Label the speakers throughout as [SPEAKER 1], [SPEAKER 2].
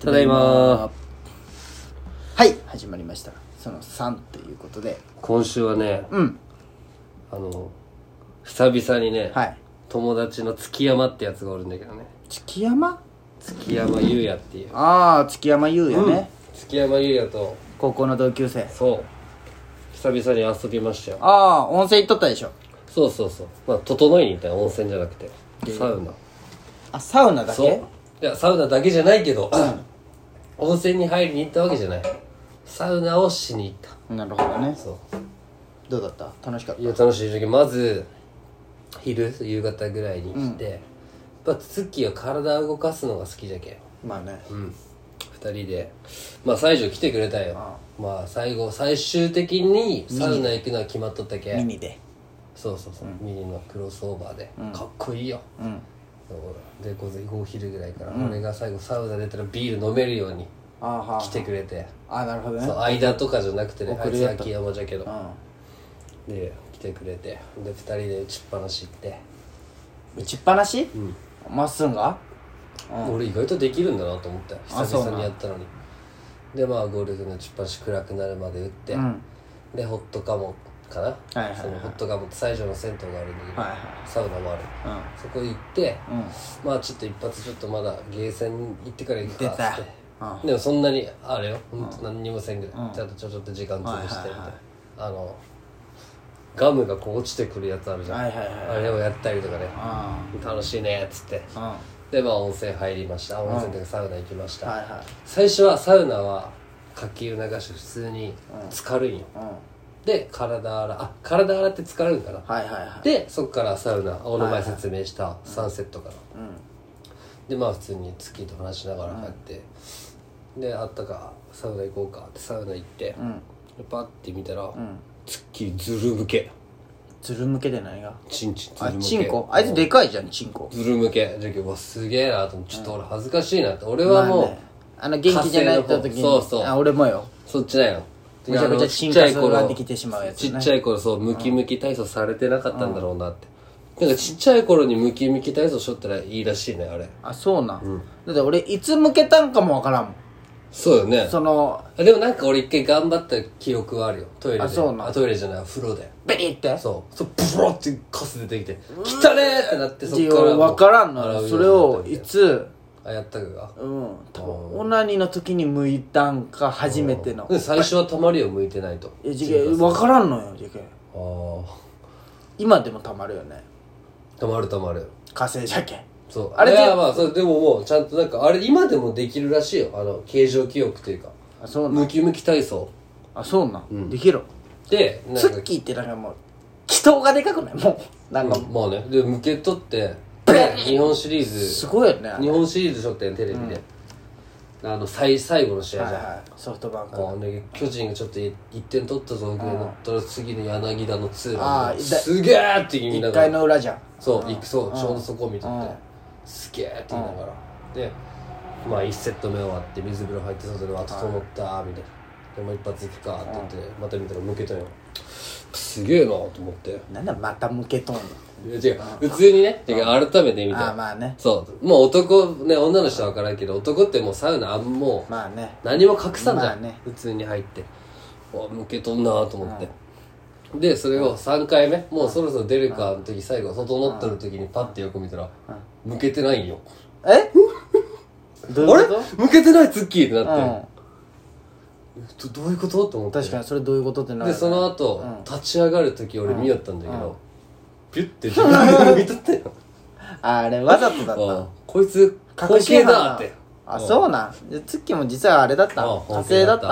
[SPEAKER 1] ただいま
[SPEAKER 2] はい始まりましたその3ということで
[SPEAKER 1] 今週はね
[SPEAKER 2] うん
[SPEAKER 1] あの久々にね、
[SPEAKER 2] はい
[SPEAKER 1] 友達の月山ってやつがおるんだけどね
[SPEAKER 2] 月山
[SPEAKER 1] 月山優也っていう、
[SPEAKER 2] ああ月山優也ね、
[SPEAKER 1] 月山優也と
[SPEAKER 2] 高校の同級生
[SPEAKER 1] そう久々に遊びましたよ
[SPEAKER 2] ああ温泉行っとったでしょ
[SPEAKER 1] そうそうそうまあ整いに行ったよ温泉じゃなくてサウナ
[SPEAKER 2] あサウナだけ
[SPEAKER 1] そういやサウナだけじゃないけ ど温泉に入りに行ったわけじゃないサウナをしに行った
[SPEAKER 2] なるほどね
[SPEAKER 1] そう
[SPEAKER 2] どうだった楽しかっ
[SPEAKER 1] いや楽しい時まず昼夕方ぐらいに来て、やっぱツッキーは体を動かすのが好きじゃけん
[SPEAKER 2] たまあね
[SPEAKER 1] うん2人でまあ西条来てくれたよまあ最後最終的にサウナ行くのは決まっとったけん
[SPEAKER 2] 耳で
[SPEAKER 1] そうそうそう、ミニのクロスオーバーで、かっこいいよ、
[SPEAKER 2] うん
[SPEAKER 1] そうで午前お昼ぐらいから、俺が最後サウナ出たらビール飲めるように
[SPEAKER 2] ああは
[SPEAKER 1] 来てくれて、
[SPEAKER 2] ああなるほどね
[SPEAKER 1] そう間とかじゃなくてねあいつ秋山じゃけど、
[SPEAKER 2] うん
[SPEAKER 1] で来てくれてで2人で打ちっぱなし行って、
[SPEAKER 2] 打ちっぱなしまっすんが
[SPEAKER 1] 俺意外とできるんだなと思ったよ
[SPEAKER 2] あ
[SPEAKER 1] 久々にやったのにでまあゴルフの打ちっぱなし暗くなるまで打って、
[SPEAKER 2] ん
[SPEAKER 1] でホットカモかな、
[SPEAKER 2] はいはいはい
[SPEAKER 1] そのホットカモって最上の銭湯があるんだけど、
[SPEAKER 2] はいはい
[SPEAKER 1] サウナもある、
[SPEAKER 2] うん
[SPEAKER 1] そこ行って、
[SPEAKER 2] うん
[SPEAKER 1] まあちょっと一発ちょっとまだゲーセン行ってから行くかっつっ
[SPEAKER 2] 出
[SPEAKER 1] て
[SPEAKER 2] た
[SPEAKER 1] でもそんなにあれよ、ほんと何にもせんぐらい、ちゃんとちょちょっと時間潰してみたいな、
[SPEAKER 2] はいはいはい
[SPEAKER 1] あのガムがこう落ちてくるやつあるじゃん、
[SPEAKER 2] はいはいはい
[SPEAKER 1] あれをやったりとかね
[SPEAKER 2] あ
[SPEAKER 1] 楽しいねっつって
[SPEAKER 2] あうんは
[SPEAKER 1] でまあ温泉入りました温泉というかサウナ行きまし
[SPEAKER 2] い
[SPEAKER 1] た、
[SPEAKER 2] は
[SPEAKER 1] 最初はサウナは火球流して普通に浸かるんよ、
[SPEAKER 2] いうんはい
[SPEAKER 1] で体洗あ体洗って浸かるんかな
[SPEAKER 2] はいはい
[SPEAKER 1] でそっからサウナ俺の前説明したサンセットから、でまあ普通に月と話しながら帰って、であったかサウナ行こうかってサウナ行って、パッて見たら、月ずる向け
[SPEAKER 2] ずる向けで何が
[SPEAKER 1] チンチンず
[SPEAKER 2] あ
[SPEAKER 1] る向け
[SPEAKER 2] チンコあいつでかいじゃんチンコ
[SPEAKER 1] ずる向けじゃけうわすげえなと思ってちょっと俺恥ずかしいなって俺はもう、
[SPEAKER 2] まあねあの元気じゃないって時に
[SPEAKER 1] そうそう
[SPEAKER 2] あ俺もよ
[SPEAKER 1] そっちだよ
[SPEAKER 2] めちゃくちゃ進化するができてしまうやつ
[SPEAKER 1] ち
[SPEAKER 2] ね
[SPEAKER 1] っちゃい頃そうムキムキ体操されてなかったんだろうなって、なんかちっちゃい頃にムキムキ体操しとったらいいらしいねあれ
[SPEAKER 2] あそうなん、だって俺いつ向けたんかもわからんもん
[SPEAKER 1] そうよね
[SPEAKER 2] その
[SPEAKER 1] あでもなんか俺一回頑張った記憶はあるよトイレで
[SPEAKER 2] あそうなん
[SPEAKER 1] トイレじゃない風呂で
[SPEAKER 2] ベリって
[SPEAKER 1] そうそうブロってカス出てきて「汚ねえ!」ってなってそ
[SPEAKER 2] ってい
[SPEAKER 1] っ
[SPEAKER 2] う
[SPEAKER 1] から
[SPEAKER 2] 分からんの
[SPEAKER 1] 洗うよう
[SPEAKER 2] よ
[SPEAKER 1] に
[SPEAKER 2] それをいつ
[SPEAKER 1] あやったか
[SPEAKER 2] うん多分オナニーの時に向いたんか初めての
[SPEAKER 1] で最初はたまりを向いてないと
[SPEAKER 2] えじけ分からんのよじけ
[SPEAKER 1] ああ
[SPEAKER 2] 今でもたまるよね
[SPEAKER 1] たまるたまる
[SPEAKER 2] 火星じゃけん
[SPEAKER 1] そうあ
[SPEAKER 2] あ
[SPEAKER 1] れ
[SPEAKER 2] れ
[SPEAKER 1] い
[SPEAKER 2] で
[SPEAKER 1] やまあそうでももうちゃんとなんかあれ今でもできるらしいよあの形状記憶というか
[SPEAKER 2] あそうなん
[SPEAKER 1] ムキムキ体操
[SPEAKER 2] あそうなん、できろ
[SPEAKER 1] でなん
[SPEAKER 2] ツ
[SPEAKER 1] か
[SPEAKER 2] ッキーってなんかもう祈祷がでかくないもうなんか
[SPEAKER 1] まあねで向け取 ってで日本シリー
[SPEAKER 2] す
[SPEAKER 1] ズ
[SPEAKER 2] ごいよね
[SPEAKER 1] 日本シリーズしょってんテレビで、あの最最後の試合
[SPEAKER 2] はい
[SPEAKER 1] じゃん、
[SPEAKER 2] はいソフトバンク
[SPEAKER 1] あの巨人がちょっと1点取ったぞぐらいだったら次の柳田のツー
[SPEAKER 2] あ
[SPEAKER 1] ラン
[SPEAKER 2] ー
[SPEAKER 1] で
[SPEAKER 2] だ
[SPEAKER 1] すげえって言いな
[SPEAKER 2] 1
[SPEAKER 1] が
[SPEAKER 2] 回
[SPEAKER 1] ら
[SPEAKER 2] の裏じゃん
[SPEAKER 1] そう行くそうちょうどそこを見とって
[SPEAKER 2] うん
[SPEAKER 1] すげえって言いながらでまあ1セット目終わって水風呂入って外でわっと整ったみたいなでもう一発行くかって言ってまた見たら向けたよすげえなと思って
[SPEAKER 2] なんだまた向けとんの
[SPEAKER 1] いや違う普通にね違う改めて見
[SPEAKER 2] ああ
[SPEAKER 1] た
[SPEAKER 2] まあね
[SPEAKER 1] そうもう男ね女の人は分からんけど男ってもうサウナあんもう
[SPEAKER 2] まあね
[SPEAKER 1] 何も隠さんじ
[SPEAKER 2] ま
[SPEAKER 1] ゃ
[SPEAKER 2] あ
[SPEAKER 1] ん、
[SPEAKER 2] ね
[SPEAKER 1] 普通に入ってあ向けとんなと思って、でそれを3回目もうそろそろ出るかの時最後整ってる時にパッて横見たら、向けてないんよ、
[SPEAKER 2] えどう
[SPEAKER 1] あ
[SPEAKER 2] い
[SPEAKER 1] れ
[SPEAKER 2] うこ
[SPEAKER 1] 向けてないツッキーって
[SPEAKER 2] とう
[SPEAKER 1] なって、どどういうことと思っ
[SPEAKER 2] ん
[SPEAKER 1] て
[SPEAKER 2] 確かにそれどういうことってなる
[SPEAKER 1] で
[SPEAKER 2] よね
[SPEAKER 1] その後、立ち上がる時俺見よったんだけど、ピュッて自分で向けとった よ
[SPEAKER 2] あれわざとだっ
[SPEAKER 1] あこいつ
[SPEAKER 2] た
[SPEAKER 1] 後継だって
[SPEAKER 2] あそうなんでツッキーも実はあれだった
[SPEAKER 1] あ
[SPEAKER 2] 火
[SPEAKER 1] 本
[SPEAKER 2] 星
[SPEAKER 1] 気
[SPEAKER 2] だった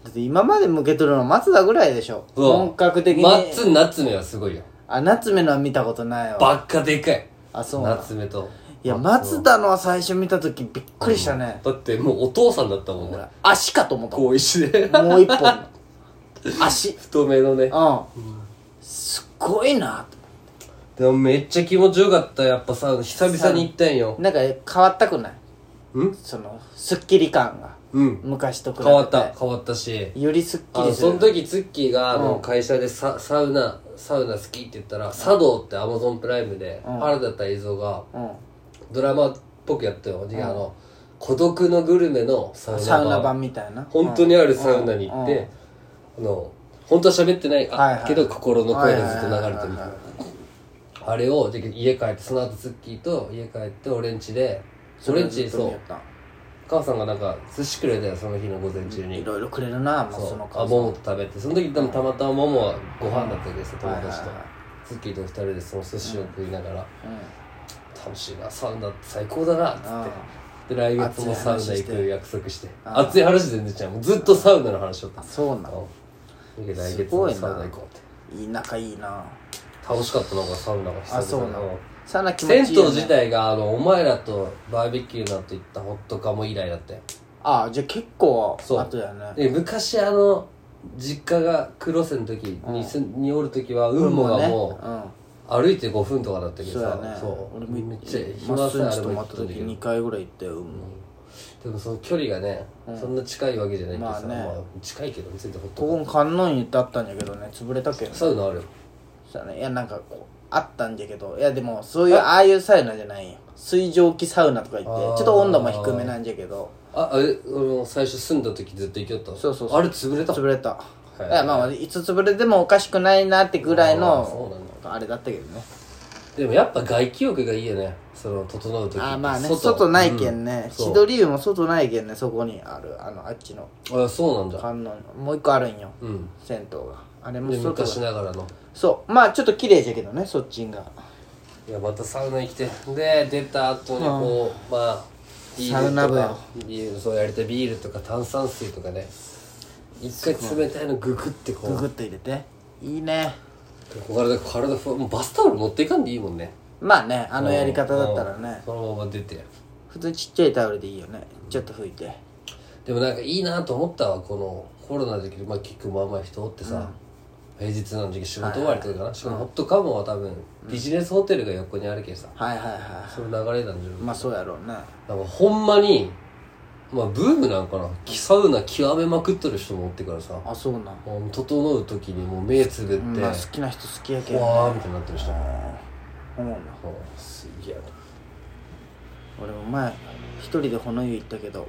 [SPEAKER 2] だって今まで向けとるの松田ぐらいでしょ
[SPEAKER 1] そう
[SPEAKER 2] 本格的に
[SPEAKER 1] マッツンナッツメはすごいよ
[SPEAKER 2] あ夏目のは見たことないわ
[SPEAKER 1] ばっかでかい
[SPEAKER 2] あそうな
[SPEAKER 1] ナ
[SPEAKER 2] ん
[SPEAKER 1] ツメと
[SPEAKER 2] いや松田のは最初見た時びっくりしたね
[SPEAKER 1] だってもうお父さんだったもんね
[SPEAKER 2] 足かと思った
[SPEAKER 1] こう石で
[SPEAKER 2] もう一本足
[SPEAKER 1] 太めのね
[SPEAKER 2] うんすっごいな
[SPEAKER 1] でもめっちゃ気持ちよかったやっぱさ久々に行ったんよ
[SPEAKER 2] なんか変わったくない
[SPEAKER 1] ん
[SPEAKER 2] そのすっきり感が
[SPEAKER 1] うん
[SPEAKER 2] 昔と比べて
[SPEAKER 1] 変わった変わったし
[SPEAKER 2] よりすっき
[SPEAKER 1] あの
[SPEAKER 2] りす
[SPEAKER 1] その
[SPEAKER 2] る
[SPEAKER 1] 時ツッキーがあの会社でササウナサウナ好きって言ったら茶道ってアマゾンプライムで原田泰造が
[SPEAKER 2] うん
[SPEAKER 1] ドラマっぽくやったよ、であの孤独のグルメのサウナ版
[SPEAKER 2] サウナ版みたいな
[SPEAKER 1] 本当にあるサウナに行って、あの本当は喋ってない、あ
[SPEAKER 2] はいはい
[SPEAKER 1] けど心の声がずっと流れてるみ
[SPEAKER 2] はいはいはい
[SPEAKER 1] た
[SPEAKER 2] はいい
[SPEAKER 1] なあれをで家帰ってその後ツッキーと家帰って俺ん家で俺ん家そう母さんがなんか寿司くれたよその日の午前中に、
[SPEAKER 2] いろいろくれるなもう
[SPEAKER 1] そ
[SPEAKER 2] そうの
[SPEAKER 1] あ
[SPEAKER 2] 数
[SPEAKER 1] モモと食べてその時多分たまたまモモはご飯だったわけですよ
[SPEAKER 2] うん
[SPEAKER 1] 友達と
[SPEAKER 2] はいはいはい
[SPEAKER 1] ツッキーと二人でその寿司を食いながら
[SPEAKER 2] う
[SPEAKER 1] 楽しいなサウナ最高だなっつ
[SPEAKER 2] ん
[SPEAKER 1] ってで来月もサウナ
[SPEAKER 2] 熱い
[SPEAKER 1] 行
[SPEAKER 2] 話して
[SPEAKER 1] く約束して
[SPEAKER 2] あー
[SPEAKER 1] 熱い話全然ちゃうもうずっとサウナの話しとった
[SPEAKER 2] あそうなの
[SPEAKER 1] うんで来月もサウナ行こうって
[SPEAKER 2] いい仲いいな
[SPEAKER 1] 楽しかったのがサウナが
[SPEAKER 2] あ
[SPEAKER 1] 久
[SPEAKER 2] そう
[SPEAKER 1] 々
[SPEAKER 2] な
[SPEAKER 1] な
[SPEAKER 2] の
[SPEAKER 1] の
[SPEAKER 2] サウナ気持
[SPEAKER 1] 銭
[SPEAKER 2] ちいいよ
[SPEAKER 1] 湯
[SPEAKER 2] ね
[SPEAKER 1] 自体があのお前らとバーベキューの後行ったホットカも以来だったよ
[SPEAKER 2] ああじゃあ結構
[SPEAKER 1] そう
[SPEAKER 2] 後だよね
[SPEAKER 1] で昔あの実家が黒瀬の時にす、におる時は雲母がも
[SPEAKER 2] うん
[SPEAKER 1] う歩いて5分とかだったけ
[SPEAKER 2] そ
[SPEAKER 1] ど
[SPEAKER 2] うだ
[SPEAKER 1] さ
[SPEAKER 2] ね
[SPEAKER 1] そう
[SPEAKER 2] 俺も
[SPEAKER 1] め
[SPEAKER 2] 行
[SPEAKER 1] っ
[SPEAKER 2] っ
[SPEAKER 1] ちゃ
[SPEAKER 2] てま
[SPEAKER 1] 暇
[SPEAKER 2] っ
[SPEAKER 1] さえ
[SPEAKER 2] すぐ
[SPEAKER 1] あれ
[SPEAKER 2] 泊
[SPEAKER 1] ば行
[SPEAKER 2] ま
[SPEAKER 1] っ
[SPEAKER 2] った
[SPEAKER 1] てたん
[SPEAKER 2] 時
[SPEAKER 1] だけど
[SPEAKER 2] 2回ぐらい行ったようん
[SPEAKER 1] でもその距離がね、そんな近いわけじゃないけどさ、
[SPEAKER 2] まあね
[SPEAKER 1] まあ近いけど全然ほっと
[SPEAKER 2] ここに観音院ってあったんだけどね潰れたけどね
[SPEAKER 1] サウナあるよ
[SPEAKER 2] そうだねいやなんかこうあったんだけどいやでもそういうああいうサウナじゃないよ水蒸気サウナとか言ってち
[SPEAKER 1] あー
[SPEAKER 2] ょっと温度も低めなんじゃけど
[SPEAKER 1] ああれ俺も最初住んだ時ずっと行きよった
[SPEAKER 2] そうそうそう
[SPEAKER 1] あれ潰れた
[SPEAKER 2] 潰れた
[SPEAKER 1] へー
[SPEAKER 2] いやまあいつ潰れてもおかしくないなってぐらい
[SPEAKER 1] あーそう
[SPEAKER 2] の
[SPEAKER 1] なん
[SPEAKER 2] あれだったけどね
[SPEAKER 1] でもやっぱ外気浴がいいよねその整う時
[SPEAKER 2] あーまあね外ないけんね
[SPEAKER 1] そう
[SPEAKER 2] 千鳥湯も外ないけんねそこにあるあのあっちの
[SPEAKER 1] あそうなんだ
[SPEAKER 2] 観音もう一個あるんよ
[SPEAKER 1] うん
[SPEAKER 2] 銭湯があれも
[SPEAKER 1] で
[SPEAKER 2] 外が
[SPEAKER 1] 昔ながらの
[SPEAKER 2] そうまあちょっと綺麗じゃけどねそっちんが
[SPEAKER 1] いやまたサウナ行きてで出た後にこう、まあビ
[SPEAKER 2] サウ
[SPEAKER 1] ー
[SPEAKER 2] ナ
[SPEAKER 1] ルと
[SPEAKER 2] 部よ
[SPEAKER 1] かビールそうやりたいビールとか炭酸水とかね一回冷たいのググってこ
[SPEAKER 2] ググ
[SPEAKER 1] う
[SPEAKER 2] ッと入れていいね
[SPEAKER 1] 体体ふわもうバスタオル持っていかんでいいもんね
[SPEAKER 2] まあねあのやり方だったらね
[SPEAKER 1] そのまま出て
[SPEAKER 2] 普通にちっちゃいタオルでいいよねちょっと拭いて
[SPEAKER 1] でもなんかいいなと思ったわこのコロナで、まあ、結構まあまあ人おってさ、平日なの時仕事終わりとかかな、しかもホットカモは多分ビジネスホテルが横にあるけどさ、
[SPEAKER 2] はいはいは
[SPEAKER 1] その流れなんじゃない
[SPEAKER 2] いまあそうやろうね
[SPEAKER 1] なんかほんまにまあブームなんかなサウナ極めまくっとる人もおってからさ
[SPEAKER 2] あそうなん
[SPEAKER 1] もう整う時にもう目つぶって、
[SPEAKER 2] まあ好きな人好きやけど
[SPEAKER 1] わーみたいになってる人も
[SPEAKER 2] 思うな
[SPEAKER 1] うすげえ
[SPEAKER 2] 俺も前一人でほの湯行ったけど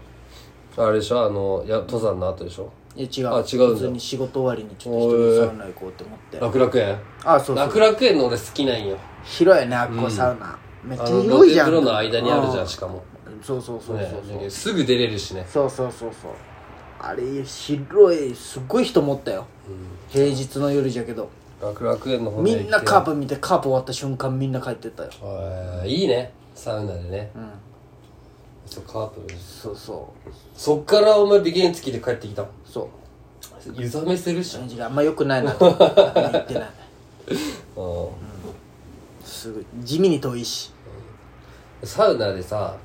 [SPEAKER 1] なあれでしょあのや登山の後でしょ
[SPEAKER 2] いや違う
[SPEAKER 1] あ違うんだ
[SPEAKER 2] 普通に仕事終わりにちょっと一人でサウナ行こうって思って
[SPEAKER 1] 楽楽園
[SPEAKER 2] あそうそう
[SPEAKER 1] 楽楽園の俺好きなんよ
[SPEAKER 2] 広いよねあっこサウナめっちゃ
[SPEAKER 1] あの
[SPEAKER 2] 広いじゃん
[SPEAKER 1] 露天風呂の間にあるじゃ
[SPEAKER 2] うん
[SPEAKER 1] しかも
[SPEAKER 2] そうそうそうそう
[SPEAKER 1] ね
[SPEAKER 2] そう
[SPEAKER 1] すぐ出れるしね
[SPEAKER 2] そうそうそうそうあれ広いすっごい人持ったよ、平日の夜じゃけど
[SPEAKER 1] 楽楽園の方
[SPEAKER 2] み
[SPEAKER 1] で
[SPEAKER 2] んなカープ見てカープ終わった瞬間みんな帰ってったよ
[SPEAKER 1] はいいいねサウナでね
[SPEAKER 2] うん
[SPEAKER 1] そうカープ
[SPEAKER 2] そうそう
[SPEAKER 1] そっからお前ビギン付きで帰ってきたもん
[SPEAKER 2] そう
[SPEAKER 1] 湯冷めするし
[SPEAKER 2] 感じがあんま良くないなと思って言ってない
[SPEAKER 1] うん
[SPEAKER 2] すごい地味に遠いし
[SPEAKER 1] サウナでさ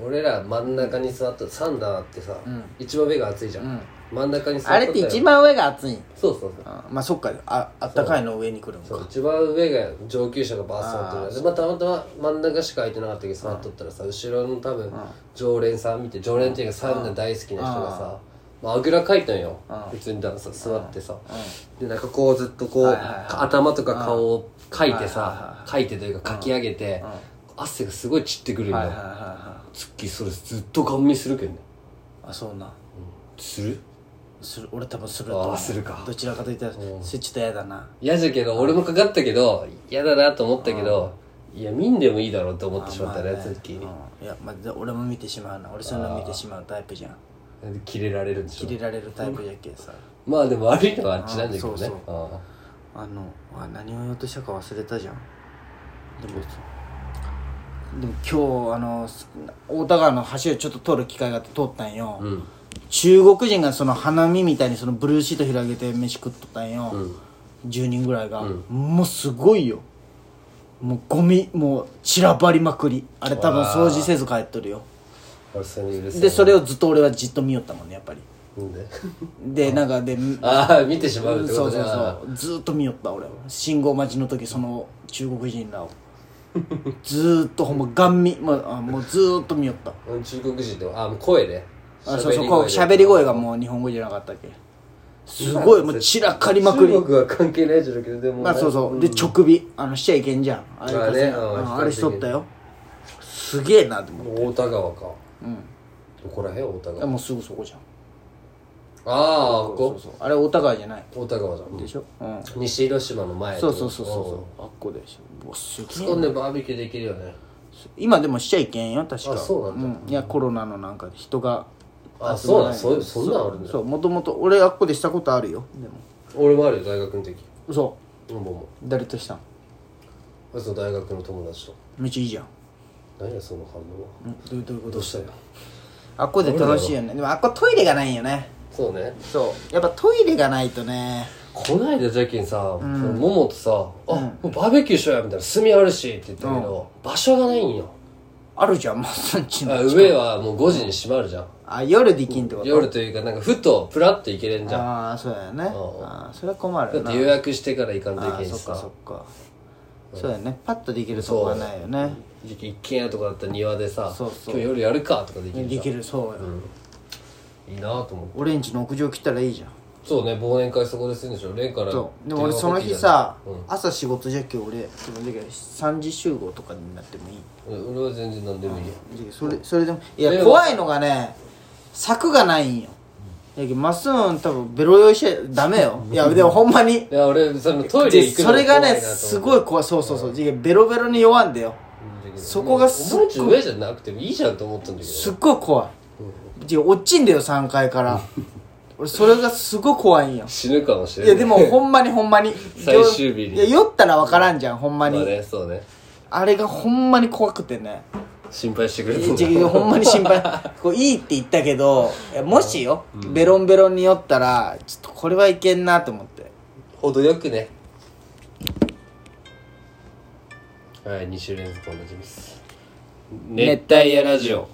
[SPEAKER 1] うん俺ら真ん中に座ったサウナってさ、一番上が暑いじゃん、
[SPEAKER 2] ん
[SPEAKER 1] 真ん中に座
[SPEAKER 2] あれって一番上が暑いん
[SPEAKER 1] そうそうそう
[SPEAKER 2] あまあそっかああったかいの上に来るの
[SPEAKER 1] そう
[SPEAKER 2] か
[SPEAKER 1] 一番上が上級者がバーッと座ってるでまあたまたま真ん中しか空いてなかったけど座っとったらさ、後ろの多分、常連さん見て常連っていうかサウナ大好きな人がさ、まああぐらかいたんよ、普通にださ座ってさ、でなんかこうずっとこう、
[SPEAKER 2] はいはいはい
[SPEAKER 1] 頭とか顔をかいてさ、かいてというかかき上げて、汗がすごい散ってくるんよ、
[SPEAKER 2] はいはいはいは
[SPEAKER 1] ツッキーそれずっと顔見するけどね
[SPEAKER 2] いあそうな
[SPEAKER 1] する
[SPEAKER 2] する俺多分すると思う
[SPEAKER 1] あーするか
[SPEAKER 2] どちらかといったらそれちょっと嫌だな
[SPEAKER 1] 嫌じゃけど俺もかかったけど嫌だなと思ったけどいや見んでもいいだろうって思ってしまったねツッキーに
[SPEAKER 2] うんいや、まあ、で俺も見てしまうな俺そういうの見てしまうタイプじゃん
[SPEAKER 1] でキレられるんでし
[SPEAKER 2] 切
[SPEAKER 1] ょ
[SPEAKER 2] れられるタイプじゃけさ
[SPEAKER 1] まあでも悪いのはあっちなんだけど
[SPEAKER 2] あ
[SPEAKER 1] ね
[SPEAKER 2] そうあのあ何を言おうとしたか忘れたじゃんでもでも今日あのす大田川の橋をちょっと通る機会があって通ったんよ、
[SPEAKER 1] ん
[SPEAKER 2] 中国人がその花見みたいにそのブルーシート広げて飯食っとったんよ、10人ぐらいが、もうすごいよもうゴミもう散らばりまくりあれ多分掃除せず帰っとるよ
[SPEAKER 1] うん俺それに許せ
[SPEAKER 2] でそれをずっと俺はじっと見よったもんねやっぱり
[SPEAKER 1] なんで
[SPEAKER 2] でなんかで
[SPEAKER 1] ああ見てしまうってこ
[SPEAKER 2] そ
[SPEAKER 1] と
[SPEAKER 2] う
[SPEAKER 1] ね
[SPEAKER 2] そうそうずーっと見よった俺信号待ちの時その中国人 らをずーっとほんまガン見、まあ、あもうずーっと見よった
[SPEAKER 1] うん中国人でもあもう声で
[SPEAKER 2] あそうそうこう喋り声がもう日本語じゃなかったっけすごいもう散らかりまくり
[SPEAKER 1] 中国は関係ないじゃろうけどでもね
[SPEAKER 2] まあそうそうで直火あのしちゃいけんじゃんあれ,、
[SPEAKER 1] まあね
[SPEAKER 2] あ
[SPEAKER 1] うん
[SPEAKER 2] あれしとったよすげえなと思う
[SPEAKER 1] もう大田川か
[SPEAKER 2] うん
[SPEAKER 1] どこら辺大田
[SPEAKER 2] え
[SPEAKER 1] 川
[SPEAKER 2] もうすぐそこじゃん
[SPEAKER 1] ああ
[SPEAKER 2] そ
[SPEAKER 1] こ
[SPEAKER 2] う
[SPEAKER 1] こ
[SPEAKER 2] そうそうあれお互いじゃない
[SPEAKER 1] 大田川じゃん
[SPEAKER 2] でしょうん
[SPEAKER 1] 西広島の前
[SPEAKER 2] そうそうそうそうあっこでしょうわすげえ
[SPEAKER 1] 突っ込んでバーベキューできるよね
[SPEAKER 2] 今でもしちゃいけんよ確か
[SPEAKER 1] あそうなんだ
[SPEAKER 2] ん、いやコロナのなんかで人が
[SPEAKER 1] あそうなんそうそんなんあるんだ
[SPEAKER 2] そうもともと俺あっこでしたことあるよでも
[SPEAKER 1] 俺もあるよ大学の時
[SPEAKER 2] 嘘
[SPEAKER 1] うんもうも
[SPEAKER 2] 誰としたん
[SPEAKER 1] うその大学の友達と
[SPEAKER 2] めっちゃいいじゃん
[SPEAKER 1] 何やその反応は
[SPEAKER 2] どういうどういうこ
[SPEAKER 1] ど
[SPEAKER 2] と
[SPEAKER 1] うしたよ
[SPEAKER 2] あっこで楽しいよねでもあっこトイレがないんよね
[SPEAKER 1] そうね
[SPEAKER 2] そうやっぱトイレがないとね
[SPEAKER 1] こないだジャッキンさ、そのモモとさ「あ、もうバーベキューしようや」みたいな「炭あるし」って言ったけど、場所がないんよ
[SPEAKER 2] あるじゃんまっさんち
[SPEAKER 1] あ
[SPEAKER 2] の
[SPEAKER 1] 上はもう5時に閉まるじゃん
[SPEAKER 2] あ夜できんってこと
[SPEAKER 1] 夜というかなんかふとプラッと行けれんじゃん
[SPEAKER 2] ああそうだよね
[SPEAKER 1] ん
[SPEAKER 2] あーそれは困る
[SPEAKER 1] だ
[SPEAKER 2] よ
[SPEAKER 1] っ
[SPEAKER 2] な
[SPEAKER 1] て予約してから行かんとい
[SPEAKER 2] あ
[SPEAKER 1] けん
[SPEAKER 2] ー
[SPEAKER 1] し
[SPEAKER 2] そっかそ
[SPEAKER 1] さ
[SPEAKER 2] っかそうだよねパッとできるとこはないよね
[SPEAKER 1] 一軒家とかだったら庭でさ
[SPEAKER 2] そうそう
[SPEAKER 1] 今日夜やるか」とかできるじ
[SPEAKER 2] で
[SPEAKER 1] ゃん
[SPEAKER 2] きるそうよ、
[SPEAKER 1] いいなと思って
[SPEAKER 2] オレンジの屋上来たらいいじゃん
[SPEAKER 1] そうね忘年会そこでするんでしょレンから
[SPEAKER 2] そうでも俺その日さ、朝仕事じゃっけ俺その時は3時集合とかになってもいい
[SPEAKER 1] うん俺は全然何でもいいよ
[SPEAKER 2] じゃけそれそれでもい
[SPEAKER 1] で
[SPEAKER 2] や
[SPEAKER 1] も
[SPEAKER 2] 怖いのがね柵がないんよやけまっすん多分ベロ酔いしちゃダ メよいやでもほんまに
[SPEAKER 1] いや俺そのトイレ
[SPEAKER 2] で
[SPEAKER 1] 行くの
[SPEAKER 2] それが
[SPEAKER 1] 怖いな
[SPEAKER 2] ね
[SPEAKER 1] と思って
[SPEAKER 2] すごい怖いそうそうそうじゃけベロベロに弱んだよそこがすっ
[SPEAKER 1] っ
[SPEAKER 2] ごい
[SPEAKER 1] ごい上じゃなくてもいいじゃんと思ったんだけ
[SPEAKER 2] すっごい怖いじゃけ落ちんだよ3 階から俺それがすごい怖いんよ
[SPEAKER 1] ど死ぬかもしれ
[SPEAKER 2] い
[SPEAKER 1] ない
[SPEAKER 2] やでもほんまにほんまに
[SPEAKER 1] 最終日に
[SPEAKER 2] いや酔ったら分からんじゃんほんまに、
[SPEAKER 1] まあねそうね
[SPEAKER 2] あれがほんまに怖くてね
[SPEAKER 1] 心配してくれ
[SPEAKER 2] い
[SPEAKER 1] て
[SPEAKER 2] や
[SPEAKER 1] ん
[SPEAKER 2] じ
[SPEAKER 1] だ
[SPEAKER 2] ゃあほんまに 心配こういいって言ったけどいやもしよ、ベロンベロンに酔ったらちょっとこれはいけんなと思って
[SPEAKER 1] 程よくねはい2週連続同じです熱帯夜ラジオ